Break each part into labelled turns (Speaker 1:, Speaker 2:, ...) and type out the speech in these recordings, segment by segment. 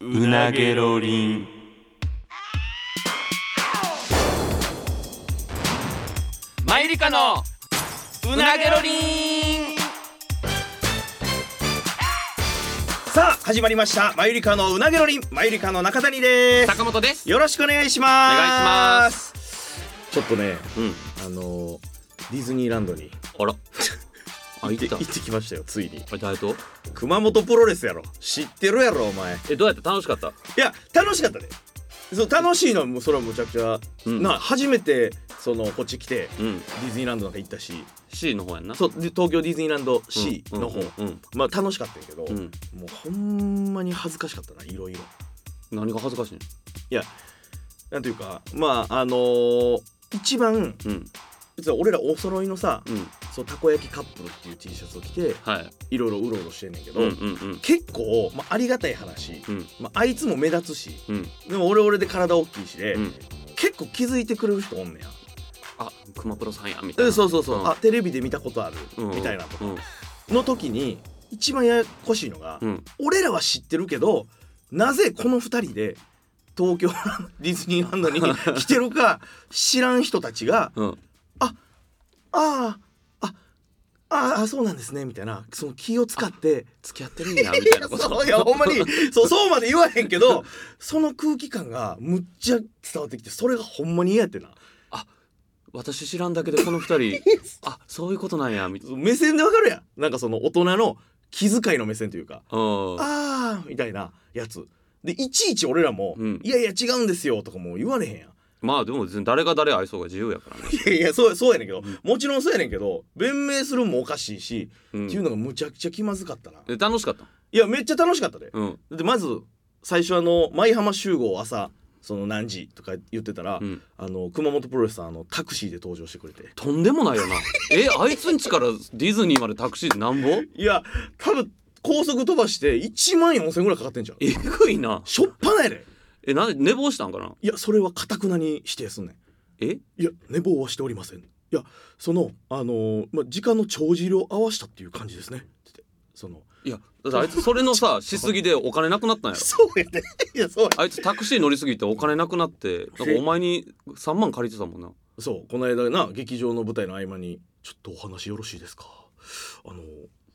Speaker 1: うなげろりん
Speaker 2: マユリカのうなげろりん
Speaker 3: さあ始まりましたマユリカのうなげろりんマユリカの中谷です
Speaker 2: 坂本です
Speaker 3: よろしくお願いします
Speaker 2: お願いします
Speaker 3: ちょっとね
Speaker 2: うん
Speaker 3: あのディズニーランドに
Speaker 2: あら あ行
Speaker 3: 行っ
Speaker 2: ってた
Speaker 3: 行ってきましたよついに
Speaker 2: あ誰と
Speaker 3: 熊本プロレスやろ知ってるやろお前い
Speaker 2: えどうやった楽しかった
Speaker 3: や楽しかったでそう楽しいのはもうそれはむちゃくちゃ、
Speaker 2: うん
Speaker 3: な初めてそのこっち来て
Speaker 2: うん
Speaker 3: ディズニーランドなんか行ったし
Speaker 2: C の方やんな
Speaker 3: そうで東京ディズニーランド C
Speaker 2: うん
Speaker 3: の方、
Speaker 2: うん
Speaker 3: まあ楽しかったんやけど、
Speaker 2: うん
Speaker 3: もうほんまに恥ずかしかったないろいろ
Speaker 2: 何が恥ずかしい
Speaker 3: なんていうかまああのー一番
Speaker 2: のうん
Speaker 3: 実は俺らお揃いのさ
Speaker 2: うん
Speaker 3: そうたこ焼きカップルっていう T シャツを着て
Speaker 2: はい
Speaker 3: いろいろうろうろしてんねんけど、
Speaker 2: うんうんうん
Speaker 3: 結構、まあ、ありがたい話、
Speaker 2: うん
Speaker 3: まあ、あいつも目立つし
Speaker 2: うん
Speaker 3: でも俺俺で体大きいしで、
Speaker 2: うん
Speaker 3: 結構気づいてくれる人おんねや
Speaker 2: あ熊プロさんやみたい
Speaker 3: で
Speaker 2: な
Speaker 3: そうそうそう、
Speaker 2: うん
Speaker 3: あテレビで見たことある、
Speaker 2: うん
Speaker 3: みたいなとか
Speaker 2: うん
Speaker 3: の時に一番ややこしいのが、
Speaker 2: うん
Speaker 3: 俺らは知ってるけどなぜこの2人で東京ディズニーランドに来てるか知らん人たちが
Speaker 2: うん
Speaker 3: 「あああああそうなんですね」みたいなその気を使って
Speaker 2: 付き合ってるんやみたいなこと
Speaker 3: そういやほんまにそうそうまで言わへんけどその空気感がむっちゃ伝わってきてそれがほんまに嫌やってな
Speaker 2: 私知らんだけでこの二 人あそういうことなんやみたいな
Speaker 3: 目線でわかるやんなんかその大人の気遣いの目線というか
Speaker 2: うん
Speaker 3: あーみたいなやつでいちいち俺らも「
Speaker 2: うん
Speaker 3: いやいや違うんですよ」とかもう言われへんやん
Speaker 2: まあでも別に誰が誰愛想が自由やからね
Speaker 3: いやいやそうそうやねんけどもちろんそうやねんけど弁明するんもおかしいし、
Speaker 2: うん
Speaker 3: っていうのがむちゃくちゃ気まずかったな
Speaker 2: で楽しかった
Speaker 3: いやめっちゃ楽しかったで、
Speaker 2: うん
Speaker 3: だってまず最初あの舞浜集合朝その何時とか言ってたら、
Speaker 2: うん
Speaker 3: あの熊本プロレスさんあのタクシーで登場してくれて
Speaker 2: とんでもないよなえあいつんちからディズニーまでタクシーでなんぼ
Speaker 3: いや多分高速飛ばして1万4000円ぐらいかかってんじゃん
Speaker 2: えぐいな
Speaker 3: しょっぱないで
Speaker 2: えなんで寝坊したんかない
Speaker 3: やそれはかたくなに否定すんねん
Speaker 2: え
Speaker 3: いや寝坊はしておりませんいやそのあのーまあ、時間の帳尻を合わしたっていう感じですねって言ってその
Speaker 2: いやだってあいつそれの さしすぎでお金なくなったんやろ
Speaker 3: そうやねいやそうや
Speaker 2: あいつタクシー乗りすぎてお金なくなってなんかお前に3万借りてたもんな
Speaker 3: そうこの間な劇場の舞台の合間に「ちょっとお話よろしいですかあの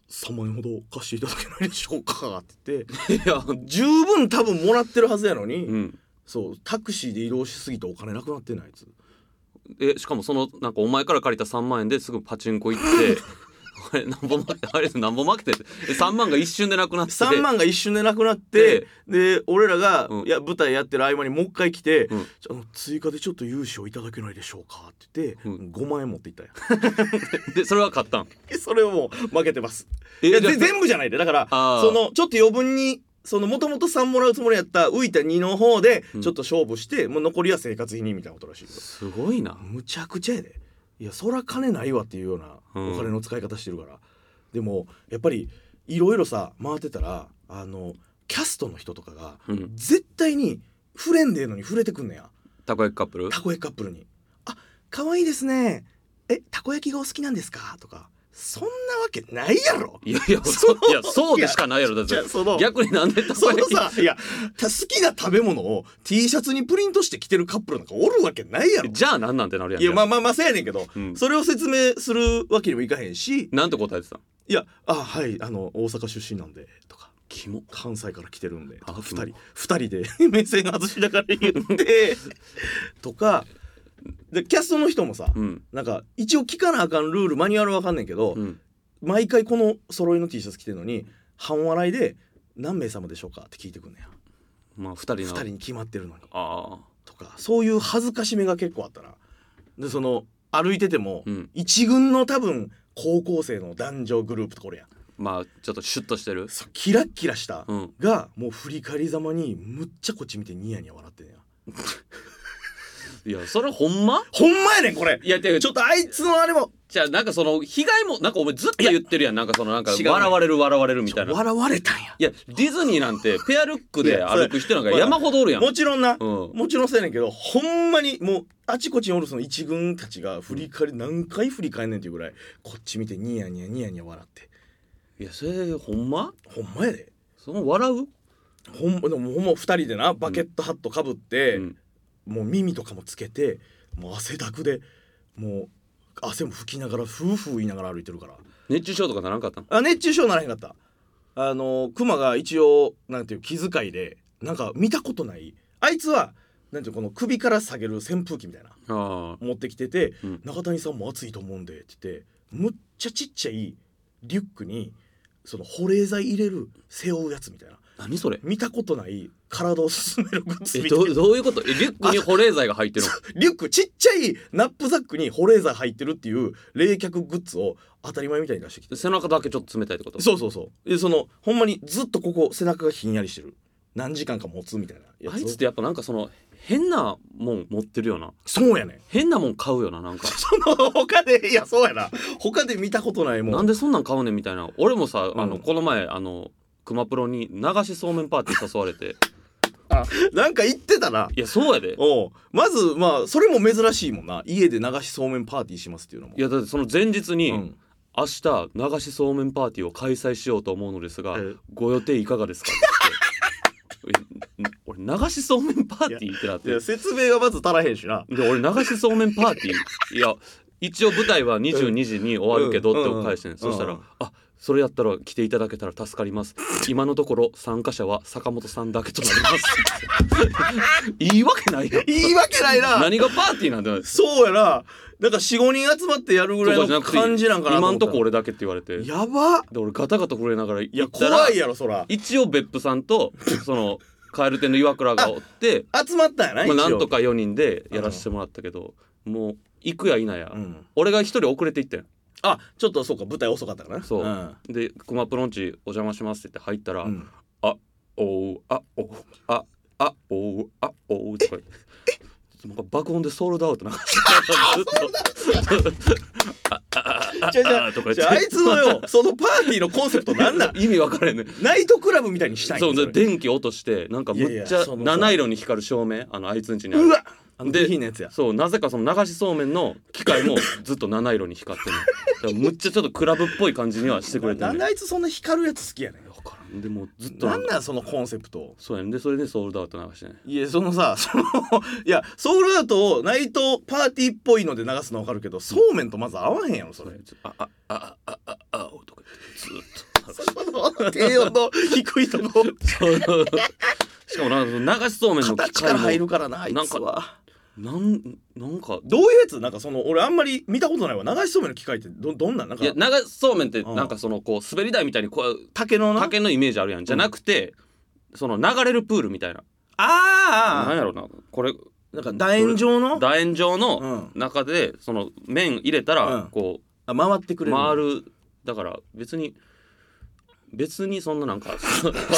Speaker 3: 3万円ほど貸していただけないでしょうか」って言っ
Speaker 2: い
Speaker 3: て
Speaker 2: や
Speaker 3: 十分多分もらってるはずやのに、
Speaker 2: うん
Speaker 3: そうタクシーで移動しすぎてお金なくなってないあいつ
Speaker 2: えしかもそのなんかお前から借りた3万円ですぐパチンコ行っ てあれなんぼ負けあれなんぼ負けてえ3万が一瞬でなくなって
Speaker 3: 3万が一瞬でなくなってで俺らが、
Speaker 2: うん
Speaker 3: いや舞台やってる合間にもう一回来て、
Speaker 2: うん
Speaker 3: あの追加でちょっと融資をいただけないでしょうかって言って、
Speaker 2: う
Speaker 3: 5万円持っていったんや
Speaker 2: でそれは買ったん
Speaker 3: それをもう負けてます
Speaker 2: え
Speaker 3: いや
Speaker 2: じゃあ
Speaker 3: で全部じゃないでだから
Speaker 2: あー
Speaker 3: そのちょっと余分にそのもともと3もらうつもりやった浮いた2の方で
Speaker 2: うん
Speaker 3: ちょっと勝負して、もう残りは生活費にみたいなことらしいけど
Speaker 2: すごいな
Speaker 3: むちゃくちゃやでいやそら金ないわっていうような
Speaker 2: うん
Speaker 3: お金の使い方してるから、でもやっぱりいろいろさ回ってたらあのキャストの人とかが
Speaker 2: うん
Speaker 3: 絶対に触れんでええのに触れてくんねや
Speaker 2: たこ焼きカップル
Speaker 3: たこ焼きカップルに「あ可愛いですねえたこ焼きがお好きなんですか?」とかそんなわけないやろ
Speaker 2: いやいや、
Speaker 3: そ
Speaker 2: そういやそうでしかないやろ、だっ
Speaker 3: じゃあ
Speaker 2: て。
Speaker 3: その
Speaker 2: 逆になんでたこ
Speaker 3: そ
Speaker 2: 焼
Speaker 3: の
Speaker 2: き
Speaker 3: さいやた好きな食べ物を T シャツにプリントして着てるカップルなんかおるわけないやろ
Speaker 2: じゃあなんなんてなるやん。
Speaker 3: いやまあまあまあそうやねんけど、
Speaker 2: うん
Speaker 3: それを説明するわけにもいかへんし
Speaker 2: なんて答えてたん
Speaker 3: いやあはいあの大阪出身なんでとか
Speaker 2: キモ。
Speaker 3: 関西から来てるんでとか
Speaker 2: あ
Speaker 3: 二人二人で 目線外しながら言ってとかでキャストの人もさ、
Speaker 2: うん。
Speaker 3: なんか一応聞かなあかんルールマニュアルわかんねんけど、
Speaker 2: うん。
Speaker 3: 毎回この揃いの T シャツ着てるのに半笑いで「何名様でしょうか?」って聞いてくんねや
Speaker 2: まあ、二人
Speaker 3: 二
Speaker 2: の。
Speaker 3: 人に決まってるのに
Speaker 2: ああ。
Speaker 3: とかそういう恥ずかしめが結構あったな。でその歩いてても、
Speaker 2: うん。
Speaker 3: 一軍の多分高校生の男女グループとこれやん
Speaker 2: まあ、ちょっとシュッとしてる。
Speaker 3: そうキラッキラした、
Speaker 2: うん。
Speaker 3: がもう振り返りざまにむっちゃこっち見てニヤニヤ笑ってんや
Speaker 2: いや、それほんま
Speaker 3: ほんまやねんこれ
Speaker 2: いや、てか
Speaker 3: ち
Speaker 2: ち
Speaker 3: ょ
Speaker 2: ょ
Speaker 3: っとあいつのあれも
Speaker 2: じゃあ、なんかその、被害も、なんかお前ずっと言ってるやん。なんかその、なんか、
Speaker 3: 違うね
Speaker 2: 笑われる、笑われるみたいな。
Speaker 3: 笑われたんや
Speaker 2: いや、ディズニーなんて、ペアルックで歩く人なんか
Speaker 3: いやそれ
Speaker 2: 山ほどおるやん。う
Speaker 3: もちろんな、
Speaker 2: ん。
Speaker 3: もちろんそうやねんけどほんまにもうあちこちにおるその一軍たちが振り返り何回振り返んねんっていうぐらいこっち見てニヤニヤニヤニヤ笑って
Speaker 2: いや、それ、ほんま
Speaker 3: ほんまやで
Speaker 2: その、笑う
Speaker 3: ほんでもほんま2人でなバケットハットかぶって、
Speaker 2: うん
Speaker 3: もう耳とかもつけてもう汗だくでもう汗も拭きながらフーフー言いながら歩いてるから
Speaker 2: 熱中症とかならんかったの
Speaker 3: あ熱中症ならへんかったあのクマが一応なんていう気遣いでなんか見たことないあいつはなんていうこの首から下げる扇風機みたいな
Speaker 2: あ
Speaker 3: 持ってきてて、
Speaker 2: うん
Speaker 3: 中谷さんも暑いと思うんでって言ってむっちゃちっちゃいリュックにその保冷剤入れる背負うやつみたいな
Speaker 2: あ何それ
Speaker 3: 見たことない体を進めるグッズ
Speaker 2: え
Speaker 3: みたい
Speaker 2: ど
Speaker 3: な
Speaker 2: うどういうことえリュックに保冷剤が入ってるの
Speaker 3: リュックちっちゃいナップザックに保冷剤入ってるっていう冷却グッズを当たり前みたいに出してきて
Speaker 2: 背中だけちょっと冷たいってこと
Speaker 3: そうそうそうでそのほんまにずっとここ背中がひんやりしてる何時間か持つみたいなやつを
Speaker 2: あいつってやっぱなんかその変なもん持ってるよな
Speaker 3: そうやねん
Speaker 2: 変なもん買うよななんか
Speaker 3: その他でいやそうやな他で見たことないもん
Speaker 2: なんでそんなん買うねんみたいな俺もさあの、
Speaker 3: うん
Speaker 2: この前あの熊プロに流しそうめんパーティー誘われて
Speaker 3: なんか言ってたない
Speaker 2: やそうやで
Speaker 3: おうまずまあそれも珍しいもんな家で流しそうめんパーティーしますっていうのも
Speaker 2: いやだってその前日に、
Speaker 3: うん
Speaker 2: 明日流しそうめんパーティーを開催しようと思うのですが、
Speaker 3: ええ
Speaker 2: ご予定いかがですかって言って え俺流しそうめんパーティーってなっ
Speaker 3: い
Speaker 2: て
Speaker 3: や説明がまず足らへんしな
Speaker 2: で俺流しそうめんパーティーいや一応舞台は22時に終わるけどって返してね、
Speaker 3: うん
Speaker 2: そしたら「
Speaker 3: うん
Speaker 2: あそれやったら来ていただけたら助かります今のところ参加者は坂本さんだけとなります」 いいわけ ないやん
Speaker 3: 言い訳ないな
Speaker 2: 何がパーティーなんだよ
Speaker 3: そうやななんか45人集まってやるぐらいの
Speaker 2: て
Speaker 3: 感じなんかな
Speaker 2: 今ん
Speaker 3: 思った
Speaker 2: とこ俺だけって言われてで
Speaker 3: やば
Speaker 2: 俺ガタガタ震えながら
Speaker 3: い
Speaker 2: 行
Speaker 3: や
Speaker 2: ったら
Speaker 3: 怖いやろそら
Speaker 2: 一応別府さん とその蛙亭の岩倉がおって
Speaker 3: 集まったんやな一
Speaker 2: ま
Speaker 3: 応
Speaker 2: あ、なんとか4人でやらせてもらったけどもう行くや否や、
Speaker 3: うん
Speaker 2: 俺が一人遅れて行ったよ
Speaker 3: あちょっとそうか舞台遅かったからな
Speaker 2: そうんで「熊プロンチお邪魔します」って言って入ったら「
Speaker 3: うん
Speaker 2: おうあおうああおうあおう」とか言ってなんか爆音でソールドアウトなん かずっと
Speaker 3: じゃじ
Speaker 2: あ
Speaker 3: ゃ
Speaker 2: ーとか言って
Speaker 3: じゃああいつの よそのパーティーのコンセプトなんなん
Speaker 2: 意味分からへんねん
Speaker 3: ナイトクラブみたいにしたいん
Speaker 2: そう
Speaker 3: れ
Speaker 2: で電気落としてなんかむ
Speaker 3: いや
Speaker 2: っ
Speaker 3: い
Speaker 2: ちゃ
Speaker 3: やその
Speaker 2: 七色に光る照明あのあいつんちにある
Speaker 3: うわあの
Speaker 2: で
Speaker 3: 下品なやつや
Speaker 2: そうなぜかその流しそうめんの機械もずっと七色に光ってるだからむっちゃちょっとクラブっぽい感じにはしてくれて
Speaker 3: な
Speaker 2: る
Speaker 3: んであいつそんな光るやつ好きやねん
Speaker 2: 分からんでもうずっと
Speaker 3: なんなんそのコンセプト
Speaker 2: そうやねんでそれでソールドアウト流してね
Speaker 3: いやそのさ そのいやソウルアウトをナイトパーティーっぽいので流すのわかるけどそうめんとまず合わへんやろそれ
Speaker 2: ああああああおとか言ってずっと
Speaker 3: 低音の低いとこ
Speaker 2: しかもなんか流しそうめんの機
Speaker 3: 形から入
Speaker 2: 械
Speaker 3: る
Speaker 2: も
Speaker 3: からなあいつは
Speaker 2: なんなんか
Speaker 3: どういうやつなんかその俺あんまり見たことないわ流しそうめんの機械ってどどんなんなん
Speaker 2: い
Speaker 3: か
Speaker 2: や流しそうめんってなんかそのこう滑り台みたいにこう
Speaker 3: 竹のな
Speaker 2: 竹のイメージあるやんじゃなくてその流れるプールみたいななん
Speaker 3: あ
Speaker 2: やろなこれ
Speaker 3: あなんか楕円状の
Speaker 2: 楕円状
Speaker 3: う
Speaker 2: の
Speaker 3: ん、
Speaker 2: 中でその面入れた
Speaker 3: う
Speaker 2: ら
Speaker 3: ん
Speaker 2: こ
Speaker 3: あ回ってく
Speaker 2: う
Speaker 3: れる
Speaker 2: 回るだから別に別にそんななんか わ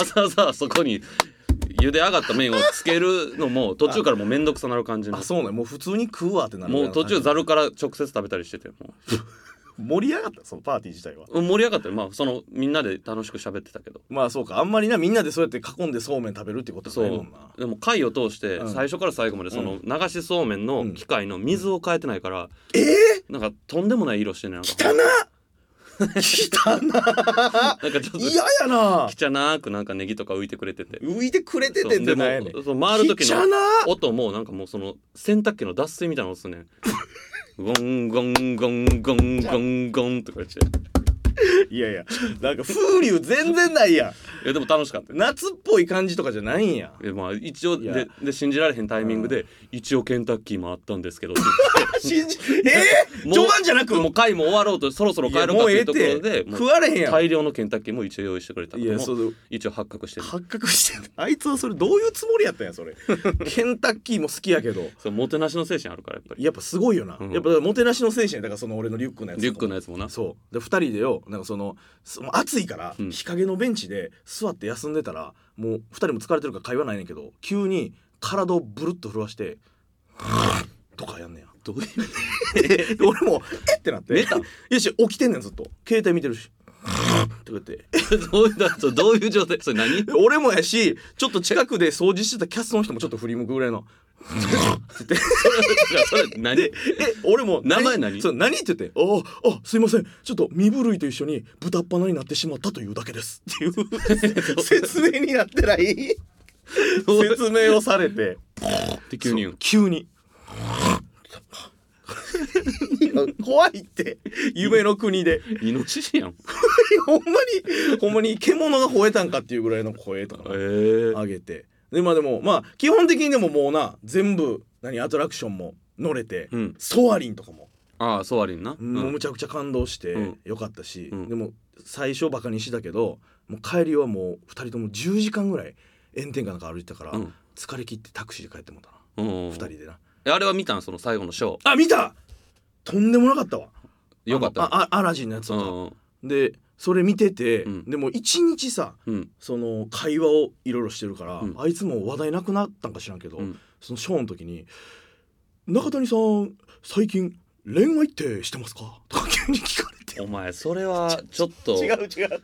Speaker 2: ざわざそこに茹で上がった麺をつけるのも途中からもう面倒くさなる感じの
Speaker 3: あそうねもう普通に食うわってなる
Speaker 2: もう途中
Speaker 3: ざ
Speaker 2: ざるから直接食べたりしてても
Speaker 3: 盛り上がったそのパーティー自体は
Speaker 2: う盛り上がったよまあそのみんなで楽しく喋ってたけど
Speaker 3: まあそうかあんまりなみんなでそうやって囲んでそうめん食べるってことは
Speaker 2: そ
Speaker 3: ないも
Speaker 2: うん
Speaker 3: な
Speaker 2: でも回を通して
Speaker 3: うん
Speaker 2: 最初から最後までその流しそうめんの機械の水を変えてないから
Speaker 3: ええ
Speaker 2: なんかとんでもない色してんねなんか
Speaker 3: 汚な 汚
Speaker 2: な
Speaker 3: な
Speaker 2: んかちょっと
Speaker 3: 嫌や な
Speaker 2: 汚なくなんかネギとか浮いてくれてて
Speaker 3: 浮いてくれて
Speaker 2: そう
Speaker 3: てんじ
Speaker 2: で
Speaker 3: ゃないねん
Speaker 2: もそう回る時の
Speaker 3: 汚な
Speaker 2: 音もなんかもうその洗濯機の脱水みたいな音すんねんゴンゴンゴンゴンゴンゴンとか言って
Speaker 3: いやいやなんか風流全然ないやん
Speaker 2: いやでも楽しかった
Speaker 3: 夏っぽい感じとかじゃないんや
Speaker 2: えまあ一応
Speaker 3: いや
Speaker 2: でで信じられへんタイミングで、一応ケンタッキーもあったんですけどって
Speaker 3: 信じええ
Speaker 2: もう
Speaker 3: 序盤じゃなく
Speaker 2: 言ってもう回も終わろうとそろそろ
Speaker 3: い
Speaker 2: 帰
Speaker 3: や
Speaker 2: るか
Speaker 3: も
Speaker 2: っ
Speaker 3: う
Speaker 2: てい
Speaker 3: ええ
Speaker 2: うと
Speaker 3: っ
Speaker 2: ころ
Speaker 3: て
Speaker 2: で
Speaker 3: 食
Speaker 2: もう
Speaker 3: われへんやろ
Speaker 2: 大量のケンタッキーも一応用意してくれた
Speaker 3: い
Speaker 2: の
Speaker 3: やそ
Speaker 2: も
Speaker 3: う
Speaker 2: 一応発覚してる
Speaker 3: 発覚してるあいつはそれどういうつもりやったんやそれケンタッキーも好きやけど
Speaker 2: そうもてなしの精神あるからやっぱり
Speaker 3: やっぱすごいよな、
Speaker 2: うん
Speaker 3: やっぱもてなしの精神やだからその俺のリュックのやつ
Speaker 2: リュックのや
Speaker 3: つ
Speaker 2: つもな
Speaker 3: そうで2人でよなんかそのすもう暑いから
Speaker 2: うん
Speaker 3: 日陰のベンチで座って休んでたら、もう2人も疲れてるから会話ないねんけど急に体をブルッと震わして「とかやんねや
Speaker 2: どういう
Speaker 3: で 俺も「えっ?」てなって
Speaker 2: 寝た
Speaker 3: いやし起きてんねんずっと携帯見てるし「とか 言って
Speaker 2: どういうだそうどういう状態それ何
Speaker 3: 俺もやしちょっと近くで掃除してたキャストの人もちょっと振り向くぐらいの「
Speaker 2: ってそれそれ何
Speaker 3: でえ俺も
Speaker 2: 名前何
Speaker 3: そう何って言って「あああすいませんちょっと身震いと一緒に豚っ鼻になってしまったというだけ です」っていう説明になってない説明をされて
Speaker 2: って急に言う
Speaker 3: 急に怖いって夢の国で
Speaker 2: イノシシやん
Speaker 3: ほんまにほんまに獣が吠えたんかっていうぐらいの声とか
Speaker 2: えー、
Speaker 3: 上げてでまあでもまあ基本的にでももうな全部何アトラクションも乗れて、
Speaker 2: うん
Speaker 3: ソアリンとかも
Speaker 2: ああソアリンな、うん
Speaker 3: もうむちゃくちゃ感動して
Speaker 2: うん
Speaker 3: よかったし、
Speaker 2: うん
Speaker 3: でも最初バカにしてたけどもう帰りはもう2人とも10時間ぐらい炎天下なんか歩いてたから、
Speaker 2: うん
Speaker 3: 疲れ切ってタクシーで帰ってもうたな、
Speaker 2: うん
Speaker 3: 2人でな
Speaker 2: えあれは見たんその最後のショ
Speaker 3: あ見たとんでもなかったわ
Speaker 2: ーよかった
Speaker 3: あのああアラジンのやつ
Speaker 2: う
Speaker 3: とか、
Speaker 2: ん
Speaker 3: でそれ見てて、
Speaker 2: うん
Speaker 3: でも1日さ
Speaker 2: うん
Speaker 3: その会話をいろいろしてるから、
Speaker 2: うん
Speaker 3: あいつも話題なくなったんか知らんけど、
Speaker 2: うん
Speaker 3: そのショーの時に「中谷さん最近恋愛ってしてますか?」とか急に聞かれて
Speaker 2: お前それはちょっと
Speaker 3: 違う違う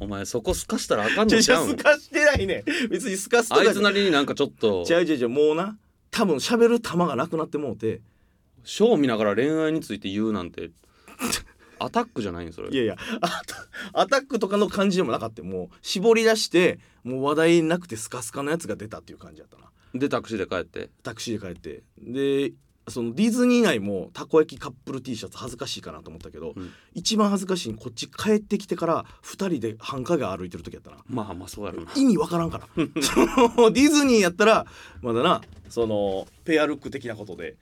Speaker 2: お前そこすかしたらあかん
Speaker 3: じ
Speaker 2: の
Speaker 3: ゃあ
Speaker 2: ち
Speaker 3: じ
Speaker 2: ゃ
Speaker 3: ゃあ
Speaker 2: うん
Speaker 3: すかしてないね 別にすかすと
Speaker 2: あ
Speaker 3: か
Speaker 2: いつなりになんかちょっと
Speaker 3: 違う違う違うもうな多分喋る玉がなくなってもうて
Speaker 2: ショー見ながら恋愛について言うなんてアタックじゃないんそれ
Speaker 3: いやいやあアタックとかの感じでもなかったもう絞り出してもう話題なくてスカスカのやつが出たっていう感じだったな
Speaker 2: でタクシーで帰って
Speaker 3: タクシーで帰ってでそのディズニー内もたこ焼きカップル T シャツ恥ずかしいかなと思ったけど、
Speaker 2: うん
Speaker 3: 一番恥ずかしいにこっち帰ってきてから2人で繁華街歩いてる時やったな
Speaker 2: まあまあそうやろな
Speaker 3: 意味わからんからそのディズニーやったらまだなそのペアルック的なことで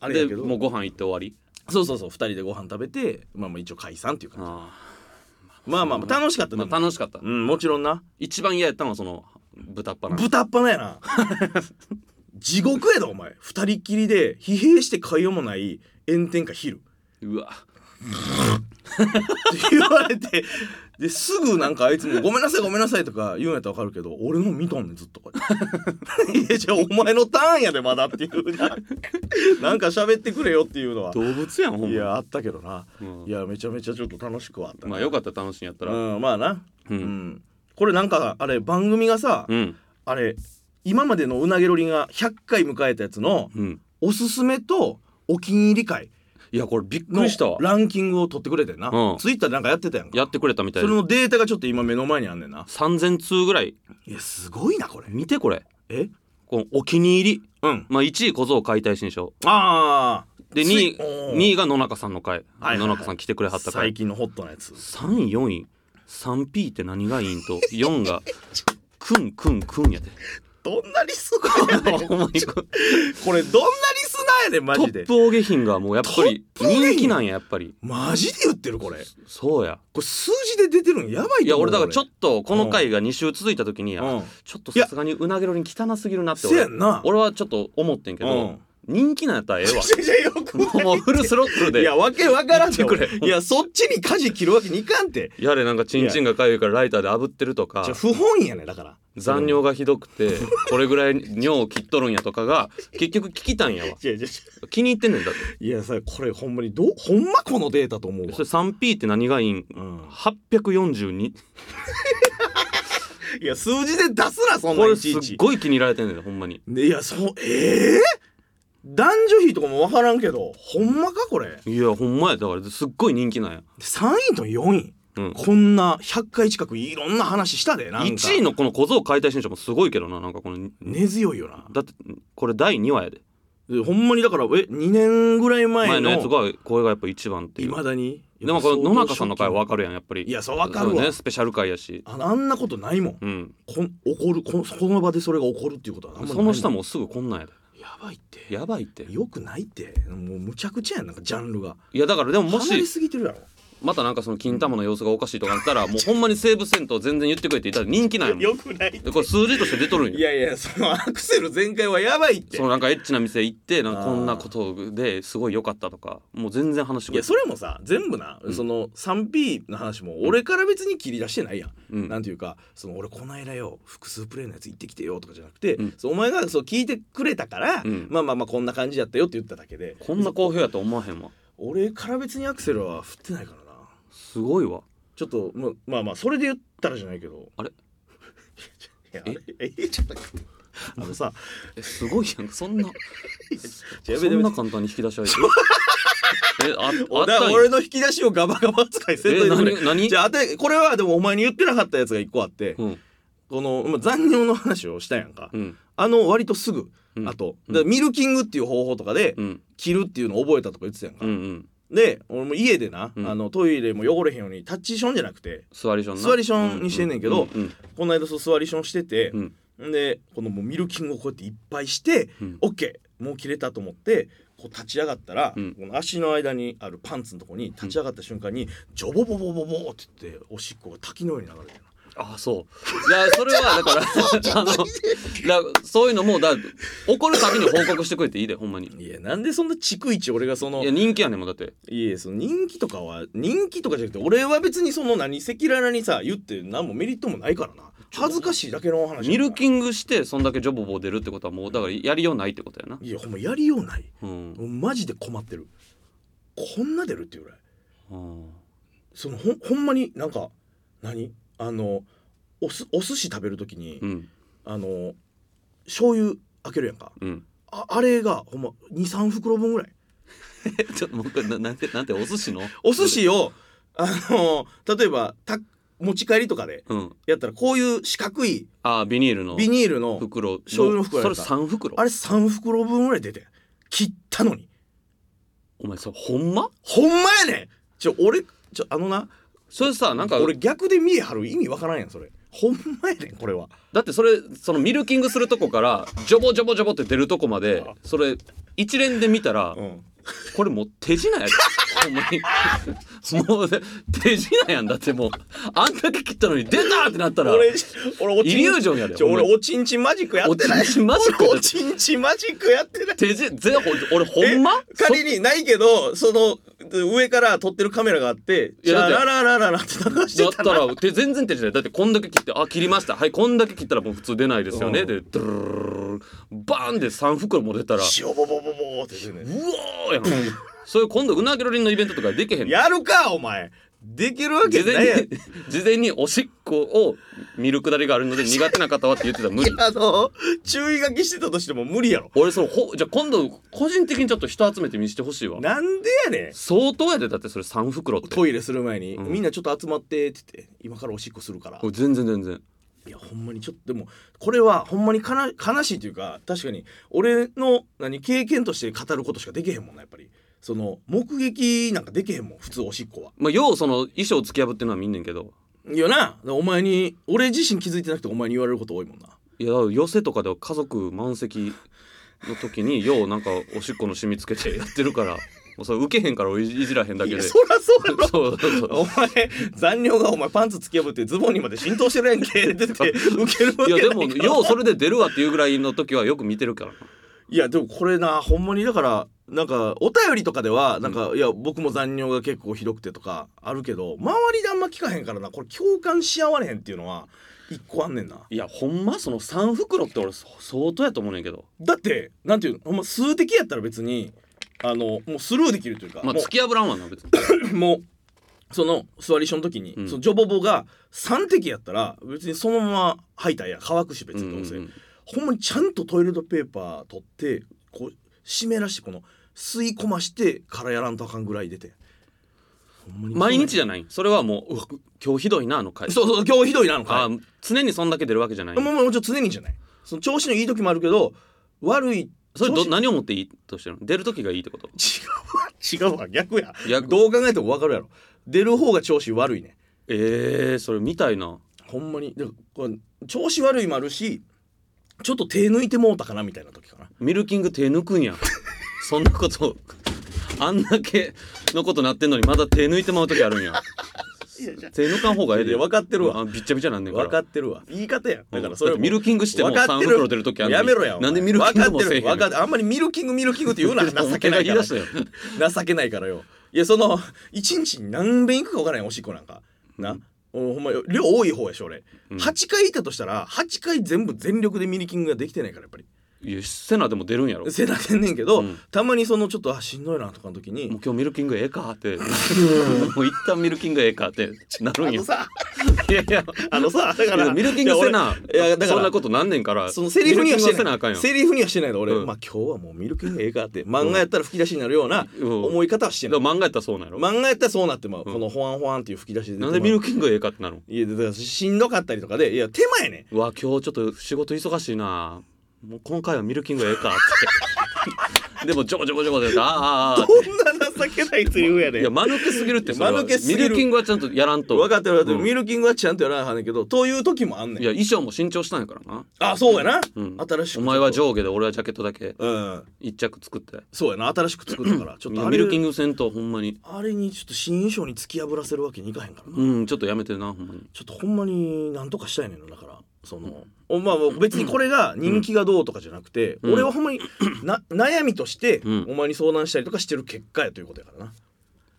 Speaker 3: あれやけ
Speaker 2: で
Speaker 3: ど
Speaker 2: もうご飯行って終わり
Speaker 3: そうそうそう2人でご飯食べてまあまあ一応解散っていうか
Speaker 2: あ
Speaker 3: まあまあまあ楽しかった
Speaker 2: あ、
Speaker 3: ね、
Speaker 2: まあ、楽しかった
Speaker 3: うんもちろんな
Speaker 2: 一番嫌やったのはその豚っ鼻
Speaker 3: 豚っ鼻やな 地獄やだお前2人っきりで疲弊して会話もない炎天下昼
Speaker 2: うわ
Speaker 3: って言われてですぐなんかあいつも「ごめんなさいごめんなさい」とか言うんやったらわかるけど俺の見とんねんずっとこ れいやじゃあお前のターンやでまだっていうななんか喋ってくれよっていうのは
Speaker 2: 動物やんほんま
Speaker 3: いやあったけどな
Speaker 2: うん
Speaker 3: いやめちゃめちゃちょっと楽しくはあったな
Speaker 2: まあよかった楽しいんやったら
Speaker 3: うんまあな
Speaker 2: う
Speaker 3: うんんこれなんかあれ番組がさ
Speaker 2: うん
Speaker 3: あれ今までのうなげろりが100回迎えたやつの
Speaker 2: うん
Speaker 3: おすすめとお気に入り回
Speaker 2: いやこれびっく
Speaker 3: の
Speaker 2: りしたわ
Speaker 3: ランキングを取ってくれてんな
Speaker 2: うん
Speaker 3: ツイッターでなんかやってたやんか
Speaker 2: やってくれたみたい
Speaker 3: それ
Speaker 2: で
Speaker 3: のデータがちょっと今目の前にあんねんな
Speaker 2: 3000通ぐらい
Speaker 3: いやすごいなこれ
Speaker 2: 見てこれ
Speaker 3: え
Speaker 2: このお気に入り
Speaker 3: うん
Speaker 2: まあ1位小僧解体新書
Speaker 3: ああ
Speaker 2: で2位2
Speaker 3: 位
Speaker 2: 位が野中さんの回
Speaker 3: はいはい
Speaker 2: 野中さん来てくれはった回
Speaker 3: 最近のホットなやつ
Speaker 2: 3位4位 3P って何がいいんと4が くんくんくんやで
Speaker 3: どんなリスナーやねん
Speaker 2: ほんまに こ
Speaker 3: これどんなリスナーやねんマ
Speaker 2: ト
Speaker 3: ジで
Speaker 2: ップお下品がもうやっぱり
Speaker 3: トップお下品
Speaker 2: 人気なんややっぱり
Speaker 3: マジで言ってるこれ
Speaker 2: そうや
Speaker 3: これ数字で出てるのやばい
Speaker 2: いや俺だからちょっと
Speaker 3: と
Speaker 2: この回が2週続いた時に
Speaker 3: 思う
Speaker 2: あ
Speaker 3: 俺
Speaker 2: ちょっとさすがにうなげろりん汚すぎるなって
Speaker 3: せや
Speaker 2: 俺
Speaker 3: んな
Speaker 2: 俺はちょっと思ってんけ
Speaker 3: う
Speaker 2: ど
Speaker 3: ん
Speaker 2: 人気なんやったらええわ
Speaker 3: いやいやよ くない
Speaker 2: もうフルスロットル
Speaker 3: い
Speaker 2: で
Speaker 3: やわけわからんって
Speaker 2: 言ってくれ
Speaker 3: いやそっちに舵切るわけにいかんて
Speaker 2: やれなんかチンチンがかゆいからライターで炙ってるとか
Speaker 3: じゃあ不本意やねんだから
Speaker 2: 残尿がひどくてこれぐらい尿を切っとるんやとかが結局聞きたんやわ
Speaker 3: いやいや
Speaker 2: 気に入ってんねんだって
Speaker 3: いやさこれほんまにどうほんまこのデータと思うわ
Speaker 2: それ 3P って何がいいん
Speaker 3: うん
Speaker 2: 842
Speaker 3: いや数字で出すなそん
Speaker 2: こ
Speaker 3: なんい
Speaker 2: れ
Speaker 3: ち
Speaker 2: す
Speaker 3: い
Speaker 2: っ
Speaker 3: ち
Speaker 2: ごい気に入られてんねんほんまに
Speaker 3: ねいやそうええ男女比とかも分からんけどほんまかこれ
Speaker 2: いやほんまやだからすっごい人気なんや、
Speaker 3: 3位と4位
Speaker 2: うん、
Speaker 3: こんな100回近くいろんな話したでなんか
Speaker 2: 1位のこの小僧解体新書もすごいけどななんかこの
Speaker 3: 根強いよな
Speaker 2: だってこれ第2話やで
Speaker 3: でほんまにだからえ2年ぐらい前
Speaker 2: 前のや
Speaker 3: の
Speaker 2: つがこれがやっぱ一番ってい
Speaker 3: いうまだに
Speaker 2: でもこの野中さんの回分
Speaker 3: は
Speaker 2: かるやんやっぱり
Speaker 3: いやそう分かるわ
Speaker 2: ねスペシャル回やし
Speaker 3: あのあんなことないもん
Speaker 2: うん
Speaker 3: こん怒るこのこの場でそれが起こるっていうことはあんまりない
Speaker 2: その下もうすぐこんなんやで
Speaker 3: やばいって
Speaker 2: やばいって
Speaker 3: よくないってもうむちゃくちゃやんなんかジャンルが
Speaker 2: いやだからでもも
Speaker 3: 離れ
Speaker 2: し
Speaker 3: すぎてるやろ
Speaker 2: またなんかその金玉の様子がおかしいとかあった らもうほんまに西武銭湯全然言ってくれって言ったら人気なんやもん
Speaker 3: よくないって
Speaker 2: でこれ数字として出とるんよ
Speaker 3: いやいやそのアクセル全開はやばいって
Speaker 2: そのなんかエッチな店行ってなんか
Speaker 3: あー
Speaker 2: こんなことですごい良かったとかもう全然話してく
Speaker 3: い
Speaker 2: れ
Speaker 3: やそれもさ全部な、
Speaker 2: うん
Speaker 3: その 3P の話も俺から別に切り出してないやん、
Speaker 2: うん
Speaker 3: なんていうかその俺こないだよ複数プレイのやつ行ってきてよとかじゃなくて、
Speaker 2: うん
Speaker 3: そうお前がそう聞いてくれたから、
Speaker 2: うん
Speaker 3: まあまあまあこんな感じやったよって言っただけで
Speaker 2: こんな好評やと思わへんわ
Speaker 3: 俺から別にアクセルは振ってないからな
Speaker 2: すごいわ
Speaker 3: ちょっとまま あまあそれで言ったらじゃないけど
Speaker 2: あれ
Speaker 3: いやあれえちょっと待ってあ のどさ
Speaker 2: えすごいやんそんな
Speaker 3: や
Speaker 2: そ
Speaker 3: めて
Speaker 2: ん
Speaker 3: やめ
Speaker 2: な
Speaker 3: て
Speaker 2: 簡単に引き出し相手 えああ
Speaker 3: お
Speaker 2: った
Speaker 3: だか
Speaker 2: ん
Speaker 3: ら
Speaker 2: や
Speaker 3: 俺の引き出しをガバガバ扱いせんといてくれ
Speaker 2: え何何
Speaker 3: じゃあ当てこれはでもお前に言ってなかったやつが一個あって、
Speaker 2: うん
Speaker 3: このまあ残尿の話をしたやんか、
Speaker 2: うん
Speaker 3: あの割とすぐ、
Speaker 2: うん
Speaker 3: あと、
Speaker 2: うん
Speaker 3: だからミルキングっていう方法とかで、
Speaker 2: うん
Speaker 3: 切るっていうのを覚えたとか言ってたやんか、
Speaker 2: うんうん
Speaker 3: で俺も家でな、
Speaker 2: うん
Speaker 3: あのトイレも汚れへんようにタッチションじゃなくて
Speaker 2: 座りションな
Speaker 3: 座りションにしてんねんけど
Speaker 2: うん
Speaker 3: この間そう座りションしてて
Speaker 2: う、ん
Speaker 3: んでこのもうミルキングをこうやっていっぱいして、
Speaker 2: うん
Speaker 3: オッケーもう切れたと思ってこう立ち上がったら、
Speaker 2: うん
Speaker 3: この足の間にあるパンツのとこに立ち上がった瞬間に、ジョボボボボボって言っておしっこが滝のように流れてる
Speaker 2: あそういやそれはだから あのだそういうのもだ怒るたびに報告してくれていいでほんまに
Speaker 3: いやなんでそんな逐一俺がその
Speaker 2: いや人気やねんもんだって
Speaker 3: いやその人気とかは人気とかじゃなくて俺は別にその何赤裸々にさ言って何もメリットもないからな恥ずかしいだけの話
Speaker 2: ミルキングしてそんだけジョボボ出るってことはもうだからやりようないってことやな、
Speaker 3: いやほんまやりようない
Speaker 2: うん
Speaker 3: マジで困ってるこんな出るっていうぐらい
Speaker 2: うん
Speaker 3: そのほんほんまになんか何あのおすお寿司食べる時に、
Speaker 2: うん
Speaker 3: あの醤油開けるやんか
Speaker 2: うん
Speaker 3: ああれがほんま23袋分ぐらい
Speaker 2: えちょっともう一回ななんてなんてお寿司の
Speaker 3: お寿司をあの例えばた持ち帰りとかで
Speaker 2: うん
Speaker 3: やったらこういう四角い
Speaker 2: あービニールの
Speaker 3: ビニールの
Speaker 2: 袋
Speaker 3: 醤油の袋や
Speaker 2: そ
Speaker 3: っ
Speaker 2: れ
Speaker 3: た
Speaker 2: 三袋
Speaker 3: あれ3袋分ぐらい出てん切ったのに
Speaker 2: お前それほんま
Speaker 3: ほんまやねんちょ俺ちょあのな
Speaker 2: それさなんか
Speaker 3: 俺逆で見え張る意味わからんやんそれほんまやねんこれは
Speaker 2: だってそれそのミルキングするとこからジョボジョボジョボって出るとこまでそれ一連で見たら、
Speaker 3: うん
Speaker 2: これもう手品やでほんまにもうね手品やんだってもうあんだけ切ったのに出たってなったら
Speaker 3: 俺俺おちん
Speaker 2: イリュージョンやで
Speaker 3: ちょ
Speaker 2: ほんま
Speaker 3: 俺
Speaker 2: に
Speaker 3: おちんちんマジックやってない
Speaker 2: おちんちんマジック
Speaker 3: 俺おちんちんマジックやってない
Speaker 2: 手品ぜほ俺ほんま
Speaker 3: 仮にないけどその上から撮ってるカメラがあって「
Speaker 2: いや
Speaker 3: じゃ
Speaker 2: だ
Speaker 3: あ
Speaker 2: って
Speaker 3: ラララララ」って流し
Speaker 2: そ
Speaker 3: て
Speaker 2: だ
Speaker 3: た
Speaker 2: っ
Speaker 3: な
Speaker 2: たら手全然手品やだってこんだけ切ってあ切りましたはいこんだけ切ったらもう普通出ないですよ
Speaker 3: う
Speaker 2: ね
Speaker 3: ん
Speaker 2: でドゥルルルルルバーンで3袋も出たら
Speaker 3: 「塩ボボボボ」って出て
Speaker 2: う
Speaker 3: ね
Speaker 2: おーやんそういう今度うなぎろりんのイベントとかできへんの
Speaker 3: やるかお前できるわけ
Speaker 2: 事
Speaker 3: ないやん
Speaker 2: 前に事前におしっこを見るくだりがあるので苦手な方はって言ってたら無理
Speaker 3: あの注意書きしてたとしても無理やろ
Speaker 2: 俺それほじゃあ今度個人的にちょっと人集めて見してほしいわ
Speaker 3: なんでやねん
Speaker 2: 相当やでだってそれ3袋って
Speaker 3: トイレする前に、
Speaker 2: うん
Speaker 3: みんなちょっと集まって」って言って「今からおしっこするから」
Speaker 2: お全然全然
Speaker 3: いやほんまにちょっとでもこれはほんまにかな悲しいというか確かに俺の何経験として語ることしかできへんもんなやっぱりその目撃なんかできへんもん普通おしっこは
Speaker 2: まあようその衣装を突き破ってるのは見んねんけど
Speaker 3: いやなお前に俺自身気づいてなくてお前に言われること多いもんない
Speaker 2: や寄せとかでは家族満席の時 にようなんかおしっこの染みつけてやってるからもうそれ受けへんから俺いじらへんだ
Speaker 3: い
Speaker 2: け
Speaker 3: や
Speaker 2: で
Speaker 3: そらそうやろ
Speaker 2: そうそうそう
Speaker 3: お前残尿がお前パンツ突き破ってズボンにまで浸透してるや んけ出て受ける わ
Speaker 2: い
Speaker 3: け
Speaker 2: や
Speaker 3: ない
Speaker 2: で
Speaker 3: から
Speaker 2: もようそれで出るわっていうぐらいの時はよく見てるからない
Speaker 3: やでもこれなほんまにだからなんかお便りとかではなんか、いや僕も残尿が結構ひどくてとかあるけど周りであんま聞かへんからなこれ共感し合われへんっていうのは一個あんねんない
Speaker 2: やほんまその3袋って俺そ相当やと思うねんけど、
Speaker 3: だってなんていうのほんま数的やったら別にあのもうスルーできるというか、
Speaker 2: まあ、
Speaker 3: も
Speaker 2: 突き破らんわな別 に
Speaker 3: うもうその座りションの時に、
Speaker 2: うん
Speaker 3: そのジョボボが3滴やったら別にそのまま吐いたらええやん乾くし別
Speaker 2: うん
Speaker 3: にどうせ、
Speaker 2: うんうん
Speaker 3: ほんまにちゃんとトイレットペーパー取ってこう湿らしてこの吸い込ましてからやらんとあかんぐらい出てほんまに
Speaker 2: 毎日じ
Speaker 3: ゃ
Speaker 2: ゃないそれはもううわ今日ひどいなあの回
Speaker 3: そうそう今日ひどいなの
Speaker 2: あ
Speaker 3: か
Speaker 2: ー常にそんだけ出るわけじゃない
Speaker 3: いもうもうちょっと常にじゃないその調子のいい時もあるけど悪い
Speaker 2: それ
Speaker 3: 調
Speaker 2: ど
Speaker 3: 子
Speaker 2: 何をもっていいとしてるの出る時がいいってこと
Speaker 3: 違うわ違うわ逆や
Speaker 2: 逆
Speaker 3: どう考えても分かるやろ出る方が調子悪いね
Speaker 2: ええー、それみたいな
Speaker 3: ほんまにでこれ調子悪いもあるしちょっと手抜いてもうたかなみたいな時かな
Speaker 2: ミルキング手抜くんや そんなことあんだけのことなってんのにまだ手抜いてまう時あるんや手抜かん方がええ
Speaker 3: い
Speaker 2: で
Speaker 3: や分かってるわ
Speaker 2: あびっちゃびちゃなんねんから
Speaker 3: 分かってるわ言い方やだからそれ
Speaker 2: だっ
Speaker 3: も
Speaker 2: てミルキングしても
Speaker 3: 分か
Speaker 2: 3
Speaker 3: ってる
Speaker 2: 袋出る時あるの
Speaker 3: や
Speaker 2: に
Speaker 3: めろやお前
Speaker 2: なんでミルキングもせえへん
Speaker 3: 分かってる分かってあんまりミルキングミルキングって言うな情けない
Speaker 2: 言い出
Speaker 3: から
Speaker 2: したよ
Speaker 3: 情けないからよいやその一日に何遍行くか分からないおしっこなんかな、おほんまよ量多い方やし俺、
Speaker 2: うん
Speaker 3: 8回行ったとしたら8回全部全力でミルキングができてないからやっぱり
Speaker 2: いやせなでも出るんやろもう
Speaker 3: せなせんねんけど、
Speaker 2: うん
Speaker 3: たまにそのちょっとあしんどいなとかの時に
Speaker 2: 今日ミルキングええかってもう一旦ミルキングええかってなる
Speaker 3: あ
Speaker 2: んや
Speaker 3: のさ
Speaker 2: いやいや
Speaker 3: あのさだか
Speaker 2: いや
Speaker 3: ら
Speaker 2: ミルキングせない
Speaker 3: や俺いやだから
Speaker 2: そんなことなんねんから
Speaker 3: そのセリフには
Speaker 2: ミル
Speaker 3: して
Speaker 2: キングせなあかん
Speaker 3: な
Speaker 2: よ
Speaker 3: いセリフにはしてないの俺、
Speaker 2: うん
Speaker 3: まあ今日はもうミルキングええかって漫画やったら吹き出しになるような
Speaker 2: うん
Speaker 3: 思い方はして
Speaker 2: で
Speaker 3: ない、
Speaker 2: も漫画やったらそうなんやろ
Speaker 3: 漫画やったらそうなってまう、
Speaker 2: うん
Speaker 3: このホワンホワンっていう吹き出しで出てま
Speaker 2: な
Speaker 3: うん
Speaker 2: でミルキングええかってなの
Speaker 3: いやだからしんどかったりとかでいや手間やねん
Speaker 2: うわ今日ちょっと仕事忙しいなもう今回はミルキングええかって でもちょこちょこちょこであーあーあー
Speaker 3: こんな情けないセリフやね
Speaker 2: いや
Speaker 3: ん
Speaker 2: 間抜けすぎるってそれは
Speaker 3: 間抜けすぎる
Speaker 2: ミルキングはちゃんとやらんと
Speaker 3: 分かってる分かってる、
Speaker 2: うん
Speaker 3: ミルキングはちゃんとやらなあかんねんけどという時もあんね
Speaker 2: い
Speaker 3: ん
Speaker 2: や衣装も新調したんやからな、
Speaker 3: あそうやな、
Speaker 2: うん、
Speaker 3: 新しく
Speaker 2: お前は上下で俺はジャケットだけ
Speaker 3: うん
Speaker 2: 一着作って
Speaker 3: そうやな新しく作ったからちょっ
Speaker 2: い
Speaker 3: と
Speaker 2: や
Speaker 3: あ
Speaker 2: ミ
Speaker 3: れ
Speaker 2: ルキング戦闘ほんまに
Speaker 3: あれにちょっと新衣装に突き破らせるわけにいかへんからな、
Speaker 2: うんちょっとやめてなほんまに
Speaker 3: ちょっとほんまになんとかしたいねんなだからその、おまあもう別にこれが人気がどうとかじゃなくて、
Speaker 2: うん
Speaker 3: 俺はほ んまにな悩みとして
Speaker 2: うん
Speaker 3: お前に相談したりとかしてる結果やということやからな、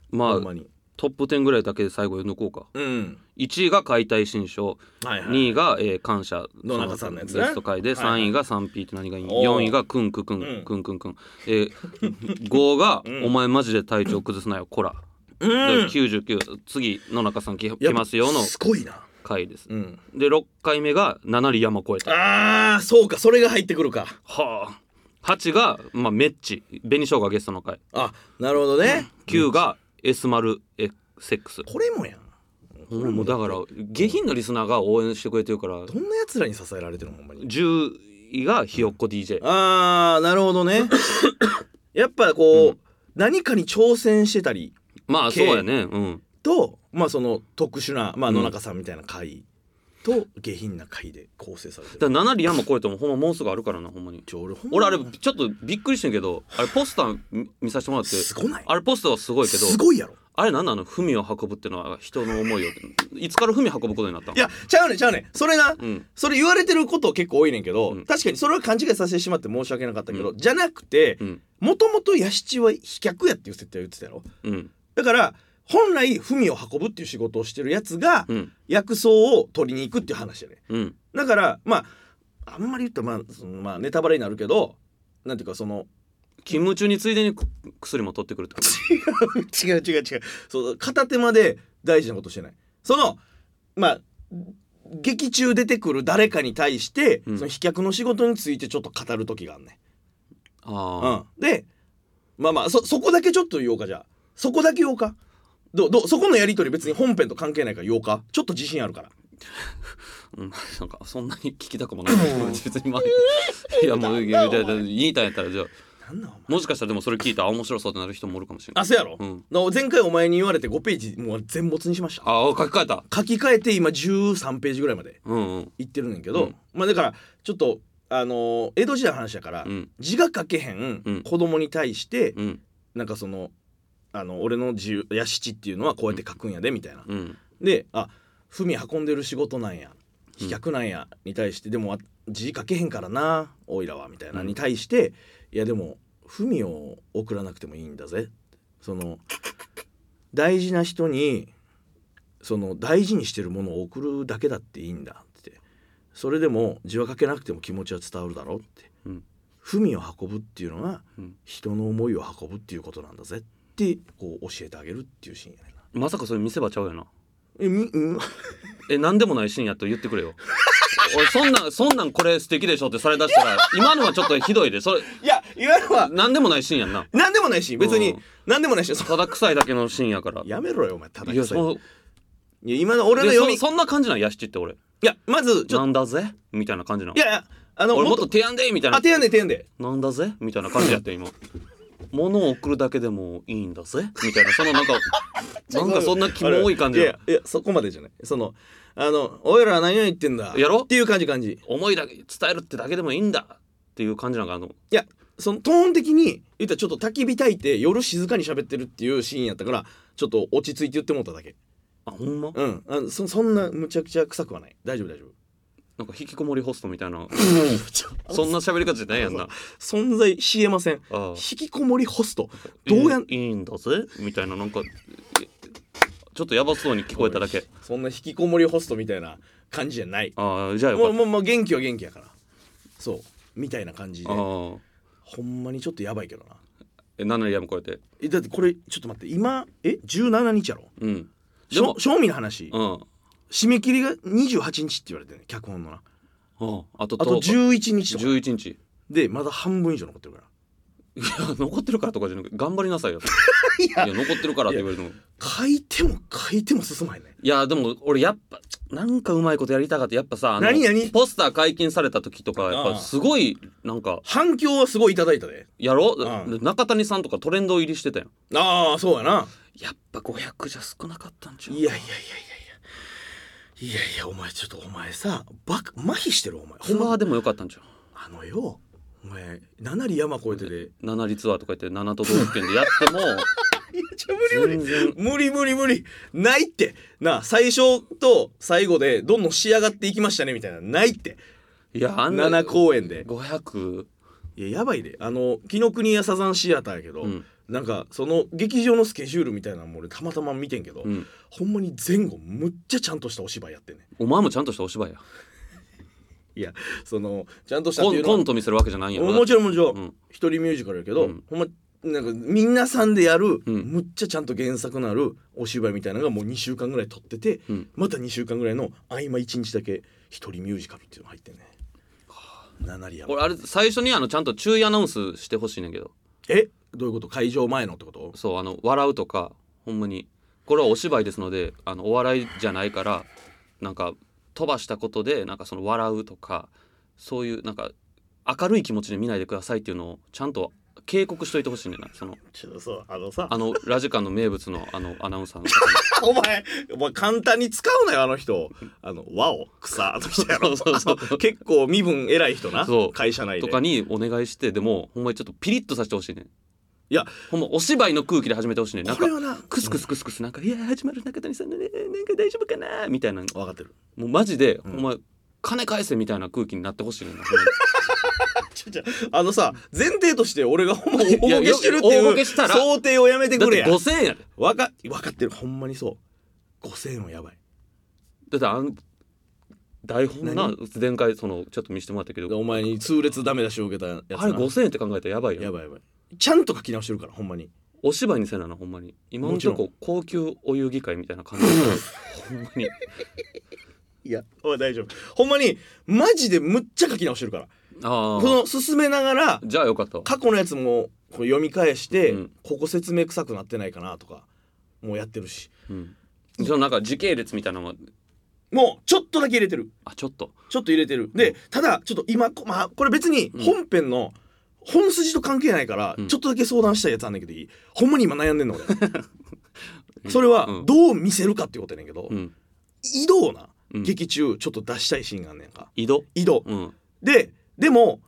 Speaker 2: ま
Speaker 3: ほ
Speaker 2: あ
Speaker 3: んまに
Speaker 2: トップ10ぐらいだけで最後読んどこうか
Speaker 3: うん
Speaker 2: 1位が解体新書
Speaker 3: はいはい
Speaker 2: 2位が、えー感謝
Speaker 3: 野中さんのやつね
Speaker 2: ゲスト会で
Speaker 3: はいはい
Speaker 2: 3位が 3P って何がいい
Speaker 3: おー
Speaker 2: 4位がクンククン、
Speaker 3: うん
Speaker 2: クンクンクン、えー、5が、
Speaker 3: ん
Speaker 2: お前マジで体調崩すなよこら」
Speaker 3: うん
Speaker 2: で99次野中さん来
Speaker 3: や
Speaker 2: 来
Speaker 3: っぱ
Speaker 2: ますよの
Speaker 3: すごいな
Speaker 2: 回です
Speaker 3: うん
Speaker 2: で6回目が「7里山越えた」
Speaker 3: あーそうかそれが入ってくるか
Speaker 2: はあ8が、まあ、メッチ紅しょうがゲストの回
Speaker 3: あなるほどね、
Speaker 2: 9が「S 丸 X」
Speaker 3: これもやんこれ
Speaker 2: もうだから下品なリスナーが応援してくれてるから
Speaker 3: どんなやつらに支えられてるのほんまに
Speaker 2: 10位がひよっこ DJ
Speaker 3: あーなるほど ねやっぱこう、
Speaker 2: うん
Speaker 3: 何かに挑戦してたり
Speaker 2: まあそうやねうん
Speaker 3: とまあその特殊な、まあ、
Speaker 2: うん
Speaker 3: 野中さんみたいな回と下品な回で構成されて
Speaker 2: だ
Speaker 3: る、
Speaker 2: から7里山越えてもほんまもうすぐあるからなほんまに
Speaker 3: ちょ俺ほんま
Speaker 2: 俺あれちょっとびっくりしてんけどあれポスター見見させてもらって
Speaker 3: すごない
Speaker 2: あれポスターはすごいけど
Speaker 3: すごいやろ
Speaker 2: あれなんなの文を運ぶってのは人の思いをいつから文運ぶことになったの
Speaker 3: いやちゃうねんちゃうねんそれな、
Speaker 2: うん
Speaker 3: それ言われてること結構多いねんけど、
Speaker 2: うん
Speaker 3: 確かにそれは勘違いさせてしまって申し訳なかったけど、じゃなくて
Speaker 2: うん
Speaker 3: もともと弥七は飛脚やっていう設定を言ってたやろ
Speaker 2: うん
Speaker 3: だから本来文を運ぶっていう仕事をしてるやつが
Speaker 2: うん
Speaker 3: 薬草を取りに行くっていう話やね
Speaker 2: うん
Speaker 3: だからまああんまり言ったらまあそのまあネタバレになるけどなんていうかその
Speaker 2: 勤務中についでにく薬も取ってくるってこと
Speaker 3: 違う違う違うそう片手間で大事なことしてないそのまあ劇中出てくる誰かに対して、
Speaker 2: うん
Speaker 3: その飛脚の仕事についてちょっと語る時があんねん、
Speaker 2: ああ、
Speaker 3: うん、でまあまあそそこだけちょっと言おうかじゃあそこだけ言おうかどうどうそこのやり取り別に本編と関係ないから言おうかちょっと自信あるから
Speaker 2: うん、 なんかそんなに聞きたくもない 別にま あいやもういやいやいや言いたいんやったらじゃあ
Speaker 3: なんなんお前
Speaker 2: もしかしたらでもそれ聞いたら面白そうってなる人もおるかもしれない
Speaker 3: あそうやろ、
Speaker 2: うん
Speaker 3: だから前回お前に言われて5ページもう全没にしました
Speaker 2: ああ書き換えた
Speaker 3: 書き換えて今13ページぐらいまで
Speaker 2: うんうん
Speaker 3: いってるねんけど、
Speaker 2: うん
Speaker 3: まあだからちょっとあのー江戸時代の話やから、
Speaker 2: うん
Speaker 3: 字が書けへん
Speaker 2: うん
Speaker 3: 子供に対して、
Speaker 2: うん
Speaker 3: なんかそのあの俺の自由屋敷っていうのはこうやって書くんやでみたいな。
Speaker 2: うん
Speaker 3: であ文運んでる仕事なんや飛脚なんやに対して、でもあ字書けへんからなおいらはみたいな、
Speaker 2: うん
Speaker 3: に対していやでも文を送らなくてもいいんだぜその大事な人にその大事にしてるものを送るだけだっていいんだってそれでも字は書けなくても気持ちは伝わるだろうって、
Speaker 2: うん
Speaker 3: 文を運ぶっていうのは
Speaker 2: うん
Speaker 3: 人の思いを運ぶっていうことなんだぜってこう教えてあげるっていうシーンやねんな。
Speaker 2: まさかそれ見せ場ちゃうよな
Speaker 3: えみうん
Speaker 2: え何でもないシーンやと言ってくれよ 俺そんなんそんなんこれ素敵でしょってされだしたら今のはちょっとひどいでそれ
Speaker 3: いや、いわゆるは、
Speaker 2: 何でもないシーンやんな
Speaker 3: なんでもないし、別
Speaker 2: う
Speaker 3: に
Speaker 2: ん、
Speaker 3: なんでもないし、そ
Speaker 2: ただ臭いだけのシーンやから
Speaker 3: やめろよ、お前、ただ
Speaker 2: いや
Speaker 3: くさい。
Speaker 2: そう
Speaker 3: いや、今の俺の
Speaker 2: で
Speaker 3: 読み、
Speaker 2: そ
Speaker 3: い
Speaker 2: そんな感じなんやしちって俺
Speaker 3: や、まず、ちょっ
Speaker 2: なんだぜみたいな感じなの
Speaker 3: と、いやいや、あの、
Speaker 2: 俺も
Speaker 3: もっ
Speaker 2: っと
Speaker 3: と、
Speaker 2: 提案でみたいな
Speaker 3: あ、手やんで、手やんで。
Speaker 2: なんだぜみたいな感じやって今物を送るだけでもいいんだぜみたいなその なんかなんかそんなキモい感じ
Speaker 3: い
Speaker 2: や
Speaker 3: や、いや、そこまでじゃない。その、あの、おいらは何を言ってんだ。
Speaker 2: やろ
Speaker 3: っていう感じ、感じ。
Speaker 2: 思いだけ伝えるってだけでもいいんだっていう感じなんかなと思う
Speaker 3: いや、その、トーン的に、言ったらちょっと焚き火焚いて、夜静かに喋ってるっていうシーンやったから、ちょっと落ち着いて言ってもうただけ。
Speaker 2: あほんま
Speaker 3: うん。あのそそんな、むちゃくちゃ臭くはない。大丈夫、大丈夫。
Speaker 2: なんか引きこもりホストみたいな
Speaker 3: ちょ
Speaker 2: そんな喋り方じゃないやんな
Speaker 3: 存在しえません。
Speaker 2: ああ
Speaker 3: 引きこもりホスト。どうやん
Speaker 2: いいいいんだぜみたいななんかえちょっとやばそうに聞こえただけ
Speaker 3: そんな引きこもりホストみたいな感じじゃない
Speaker 2: ああじゃあよ
Speaker 3: も
Speaker 2: か
Speaker 3: う
Speaker 2: っ
Speaker 3: もうもう元気は元気やからそうみたいな感じで
Speaker 2: ああ
Speaker 3: ほんまにちょっとやばいけどな
Speaker 2: え何のやもこうやって
Speaker 3: えだってこれちょっと待って今え17日やろ
Speaker 2: うん
Speaker 3: し
Speaker 2: で
Speaker 3: ょ
Speaker 2: も
Speaker 3: 賞味の話、
Speaker 2: うん
Speaker 3: 締め切りが28日って言われてるね脚本のな
Speaker 2: うんあと
Speaker 3: あと
Speaker 2: 10日
Speaker 3: 11日とか
Speaker 2: 11日
Speaker 3: でまだ半分以上残ってるから
Speaker 2: いや 残ってるからとかじゃなくて頑張りなさいよ
Speaker 3: い
Speaker 2: いや残ってるからって言われても
Speaker 3: 書いても書いても進まへんね
Speaker 2: いやでも俺やっぱなんかうまいことやりたかったやっぱさあの
Speaker 3: 何々
Speaker 2: ポスター解禁された時とかやっ
Speaker 3: ああ
Speaker 2: ぱすごいなんか
Speaker 3: 反響はすごいいただいたで
Speaker 2: やろ
Speaker 3: う
Speaker 2: 中谷さんとかトレンド入りしてたよ
Speaker 3: ああそうやな
Speaker 2: やっぱ500じゃ少なかったんちゃう
Speaker 3: いやいやいやいやいやいやいやお前ちょっとお前さバカ麻痺してるお前
Speaker 2: ツ
Speaker 3: ほん
Speaker 2: アー
Speaker 3: ま
Speaker 2: でもよかったんちゃう
Speaker 3: あのよお前7里山越えて で
Speaker 2: 7里ツアーとか言って7都道府県でや っても
Speaker 3: いやちょ無理無理
Speaker 2: 全然
Speaker 3: 無理無理無理ないってなあ最初と最後でどんどん仕上がっていきましたねみたいなないって
Speaker 2: いやあんな
Speaker 3: 7公演で
Speaker 2: 500
Speaker 3: いややばいであの紀ノ国屋サザンシアターやけど、
Speaker 2: うん
Speaker 3: なんかその劇場のスケジュールみたいなのも俺たまたま見てんけど、
Speaker 2: うん
Speaker 3: ほんまに前後むっちゃちゃんとしたお芝居やってんね
Speaker 2: お前もちゃんとしたお芝居や
Speaker 3: いやそのちゃんとしたっ
Speaker 2: コ
Speaker 3: ていう
Speaker 2: ン
Speaker 3: のは
Speaker 2: コント見せるわけじゃないんや
Speaker 3: ももちろんもちろん、
Speaker 2: うん
Speaker 3: 一人ミュージカルやけ
Speaker 2: う
Speaker 3: ど、
Speaker 2: ん
Speaker 3: ほんまなんかみんなさんでやる、
Speaker 2: うん
Speaker 3: むっちゃちゃんと原作のあるお芝居みたいなのがもう2週間ぐらい撮ってて、
Speaker 2: うん
Speaker 3: また2週間ぐらいの合間1日だけ一人ミュージカルっていうの入ってんね7リア
Speaker 2: これあれ最初にあのちゃんと注意アナウンスしてほしいねんけど
Speaker 3: えどういうこと会場前のってこと
Speaker 2: そうあの笑うとかほんまにこれはお芝居ですのであのお笑いじゃないからなんか飛ばしたことでなんかその笑うとかそういうなんか明るい気持ちで見ないでくださいっていうのをちゃんと警告しといてほしいねんなその
Speaker 3: ちょっとそうあのさ
Speaker 2: あのラジカンの名物のあのアナウンサーの
Speaker 3: お前、お前簡単に使うなよ、あの人。あの、和を、草の人やろ。
Speaker 2: そうそう
Speaker 3: あの 結構身分偉い人な
Speaker 2: そう、
Speaker 3: 会社内
Speaker 2: と
Speaker 3: で。
Speaker 2: かにお願いしてでもほんまにちょっとピリッとさせてほしいねん
Speaker 3: いや、
Speaker 2: ほんまお芝居の空気で始めてほしいねんなん
Speaker 3: こ
Speaker 2: か
Speaker 3: れはな、
Speaker 2: クスクスクスクスなんか「いや始まる中谷さんのねなんか大丈夫かな」みたいな
Speaker 3: 分かってる。
Speaker 2: もうマジで、
Speaker 3: ん
Speaker 2: お前金返せみたいな空気になってほしいねんな
Speaker 3: ちょちょあのさ、前提として俺がほん ま大
Speaker 2: いや
Speaker 3: ボケしてるっ
Speaker 2: よ
Speaker 3: て
Speaker 2: 大
Speaker 3: い
Speaker 2: ボ
Speaker 3: う
Speaker 2: ケしたら
Speaker 3: 想定をやめて
Speaker 2: だっ
Speaker 3: くれ
Speaker 2: て
Speaker 3: や。
Speaker 2: 5000円やで
Speaker 3: わか、分かってる。ほんまにそう。5000円はやばい。
Speaker 2: だってあの台本な
Speaker 3: 何
Speaker 2: 前回そのちょっと見せてもらったけど
Speaker 3: お前に痛烈ダメ出しを受けたやつな。
Speaker 2: あれ5000円って考えたらやばいよ
Speaker 3: やばいやばい。ちゃんと書き直してるから、ほんまに。
Speaker 2: お芝居にせななほんまに今の
Speaker 3: もちろ
Speaker 2: と
Speaker 3: ん
Speaker 2: こ高級お遊戯会みたいな感 じほんまに
Speaker 3: いや、おい大丈夫。ほんまに、マジでむっちゃ書き直してるから。
Speaker 2: あ
Speaker 3: こ
Speaker 2: あ
Speaker 3: の進めながら、
Speaker 2: じゃあよかったわ
Speaker 3: 過去のやつもこう読み返して、
Speaker 2: うん
Speaker 3: ここ説明臭くなってないかなとかもうやってるし
Speaker 2: うんそのなんか時系列みたいなのも
Speaker 3: もうちょっとだけ入れてる
Speaker 2: あちょっと
Speaker 3: ちょっと入れてるでただちょっと今こ,、まあ、これ別に
Speaker 2: うん
Speaker 3: 本編の本筋と関係ないから、
Speaker 2: うん
Speaker 3: ちょっとだけ相談したいやつあんだけどいいほんまに今悩んでんの俺 それ
Speaker 2: う
Speaker 3: は
Speaker 2: ん
Speaker 3: どう見せるかっていうことやねんけど、
Speaker 2: うん
Speaker 3: 井戸をな、
Speaker 2: うん
Speaker 3: 劇中ちょっと出したいシーンがあんねんか
Speaker 2: 井戸
Speaker 3: 井戸
Speaker 2: うん
Speaker 3: ででも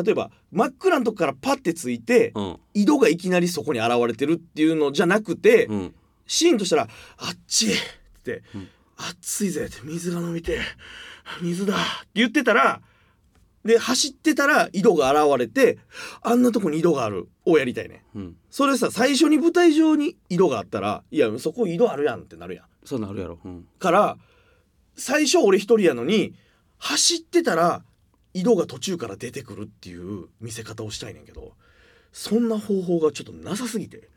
Speaker 3: 例えば真っ暗のとこからパッてついて
Speaker 2: うん
Speaker 3: 井戸がいきなりそこに現れてるっていうのじゃなくて、
Speaker 2: うん
Speaker 3: シーンとしたら「あっち!」って
Speaker 2: うん
Speaker 3: 「暑いぜ」って「水が飲みてえ水だ」って言ってたらで走ってたら井戸が現れて「あんなとこに井戸がある」をやりたいね
Speaker 2: うん
Speaker 3: それさ最初に舞台上に井戸があったら「いやそこ井戸あるやん」ってなるやん
Speaker 2: そうなるやろうん
Speaker 3: から最初俺一人やのに走ってたら井戸が途中から出てくるっていう見せ方をしたいねんけどそんな方法がちょっとなさすぎて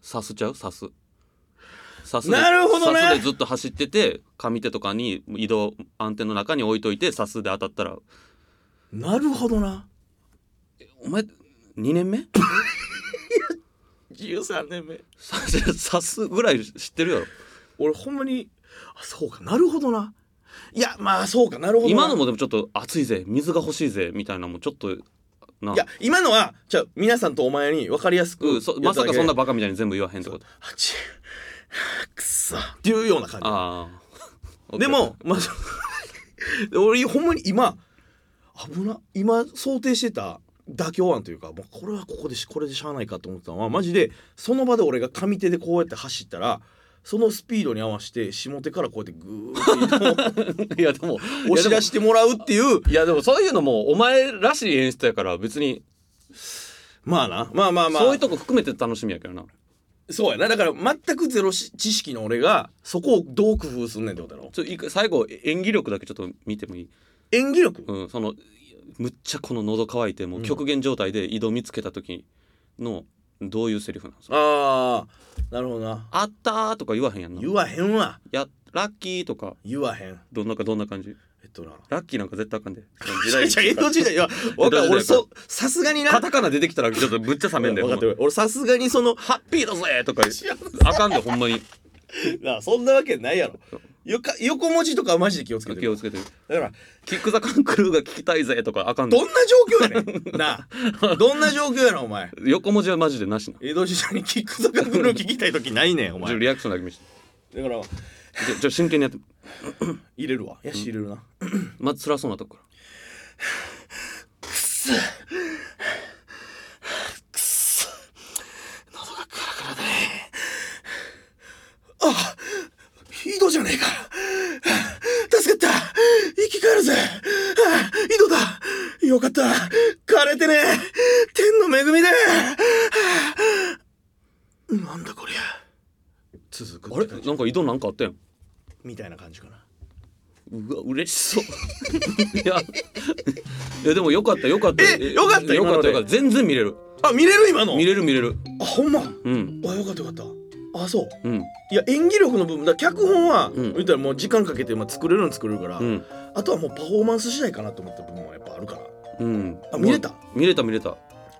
Speaker 2: さすちゃうさすさす
Speaker 3: なるほどね
Speaker 2: さすでずっと走ってて上手とかに移動安定の中に置いといてさすで当たったら
Speaker 3: なるほどな。
Speaker 2: お前2年目
Speaker 3: 13年目
Speaker 2: ささすぐらい知ってるやろ
Speaker 3: 俺ほんまにあそうかなるほどないやまあそうかなるほどな
Speaker 2: 今のもでもちょっと暑いぜ水が欲しいぜみたいなのもちょっとない
Speaker 3: や今のはじゃあ皆さんとお前に分かりやすく、
Speaker 2: うんそまさかそんな
Speaker 3: あ
Speaker 2: バカみたいに全部言わへんってこと
Speaker 3: ちくっそっていうような感
Speaker 2: ああ
Speaker 3: じでもまあそう 俺ほんまに今危な今想定してた妥協案というかもうこれはここでしこれでしゃあないかと思ってたのはマジでその場で俺が上手でこうやって走ったらそのスピードに合わせて下手からこうやってグーって移 動
Speaker 2: いやでも
Speaker 3: 押し出してもらうっていう
Speaker 2: いやでもそういうのもお前らしい演出やから別に
Speaker 3: まあなまあまあまあ
Speaker 2: そういうとこ含めて楽しみやけどな
Speaker 3: そうやなだから全くゼロし知識の俺がそこをどう工夫すんねんってことやろ
Speaker 2: ちょいいか最後演技力だけちょっと見てもいい
Speaker 3: 演技力
Speaker 2: うん、そのむっちゃこの喉乾いてもう極限状態で井戸見つけた時のどういうセリフなんですか、
Speaker 3: ああなるほどな
Speaker 2: あったーとか言わへんやんな
Speaker 3: 言わへんわ
Speaker 2: やラッキーとか
Speaker 3: 言わへん
Speaker 2: どんなかどんな感じ
Speaker 3: えっとな
Speaker 2: ラッキーなんか絶対あかんでその
Speaker 3: い
Speaker 2: 時代
Speaker 3: やい や江戸時代いやわか
Speaker 2: 江戸時代
Speaker 3: る
Speaker 2: か
Speaker 3: 俺そさすがにな
Speaker 2: カタカナ出てきたらちょっとぶっちゃ冷めんだよ
Speaker 3: 分かってる俺さすがにそのハッピーだぜ
Speaker 2: とかあかんでほんまに
Speaker 3: なあそんなわけないやろ
Speaker 2: そう
Speaker 3: よか横文字とかはマジで気をつけて
Speaker 2: 気を
Speaker 3: る
Speaker 2: つけて
Speaker 3: だから
Speaker 2: キック・ザ・カンクルーが聞きたいぜとかあかんで
Speaker 3: どんな状況やねん なあどんな状況やなお前
Speaker 2: 横文字はマジでなしな
Speaker 3: 江戸時代にキックザカグルー聞きたい時ないねんお
Speaker 2: ちょっと
Speaker 3: 前だ
Speaker 2: リアクションだけ見せて
Speaker 3: から
Speaker 2: じゃじゃ真剣にやって
Speaker 3: 入れるわやし入れるな、
Speaker 2: まず辛そうなとこか
Speaker 3: あ井戸じゃねえか助かった生き返るぜあ井戸だよかった枯れてねえ天の恵みでなんだこりゃ続
Speaker 2: ら
Speaker 3: く
Speaker 2: あれなんか井戸なんかあったやん
Speaker 3: みたいな感じかな
Speaker 2: うわ嬉しそう いやいやでもよかったよかった
Speaker 3: えよかった
Speaker 2: よかったよ
Speaker 3: 今の
Speaker 2: か
Speaker 3: で
Speaker 2: った全然見れる
Speaker 3: あ見れる今の
Speaker 2: 見れる見れる
Speaker 3: あほんま
Speaker 2: うん
Speaker 3: あよかったよかったあそ
Speaker 2: う
Speaker 3: う
Speaker 2: ん
Speaker 3: いや演技力の部分だ脚本は、
Speaker 2: うん
Speaker 3: 言ったらもう時間かけて、まあ、作れるの作れるから、
Speaker 2: うん
Speaker 3: あとはもうパフォーマンス次第かなと思った部分はやっぱあるから
Speaker 2: うん
Speaker 3: あ見れた
Speaker 2: 見れた見れた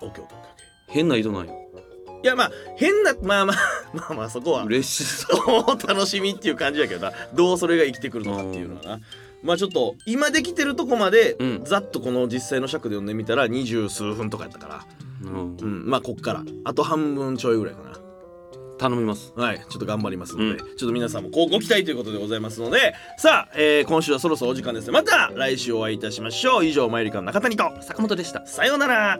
Speaker 3: オッケーオッケーオッケーオッケ
Speaker 2: 変な井戸なんや
Speaker 3: ーいやまあ変なまあまあまあまあそこは
Speaker 2: 嬉しそ
Speaker 3: お楽しみっていう感じやけどなどうそれが生きてくるのかっていうのはな、まあちょっと今できてるとこまで、
Speaker 2: うん
Speaker 3: ざっとこの実際の尺で読んでみたら二十数分とかやったから、
Speaker 2: う、うん
Speaker 3: う、ん、まあこっからあと半分ちょいぐらいかな
Speaker 2: 頼みます
Speaker 3: はい、ちょっと頑張りますので、
Speaker 2: うん
Speaker 3: ちょっと皆さんもごご期待ということでございますので、さあ、えー今週はそろそろお時間ですね。また来週お会いいたしましょう。以上、マユリカの中谷と、
Speaker 2: 坂本でした
Speaker 3: さようなら。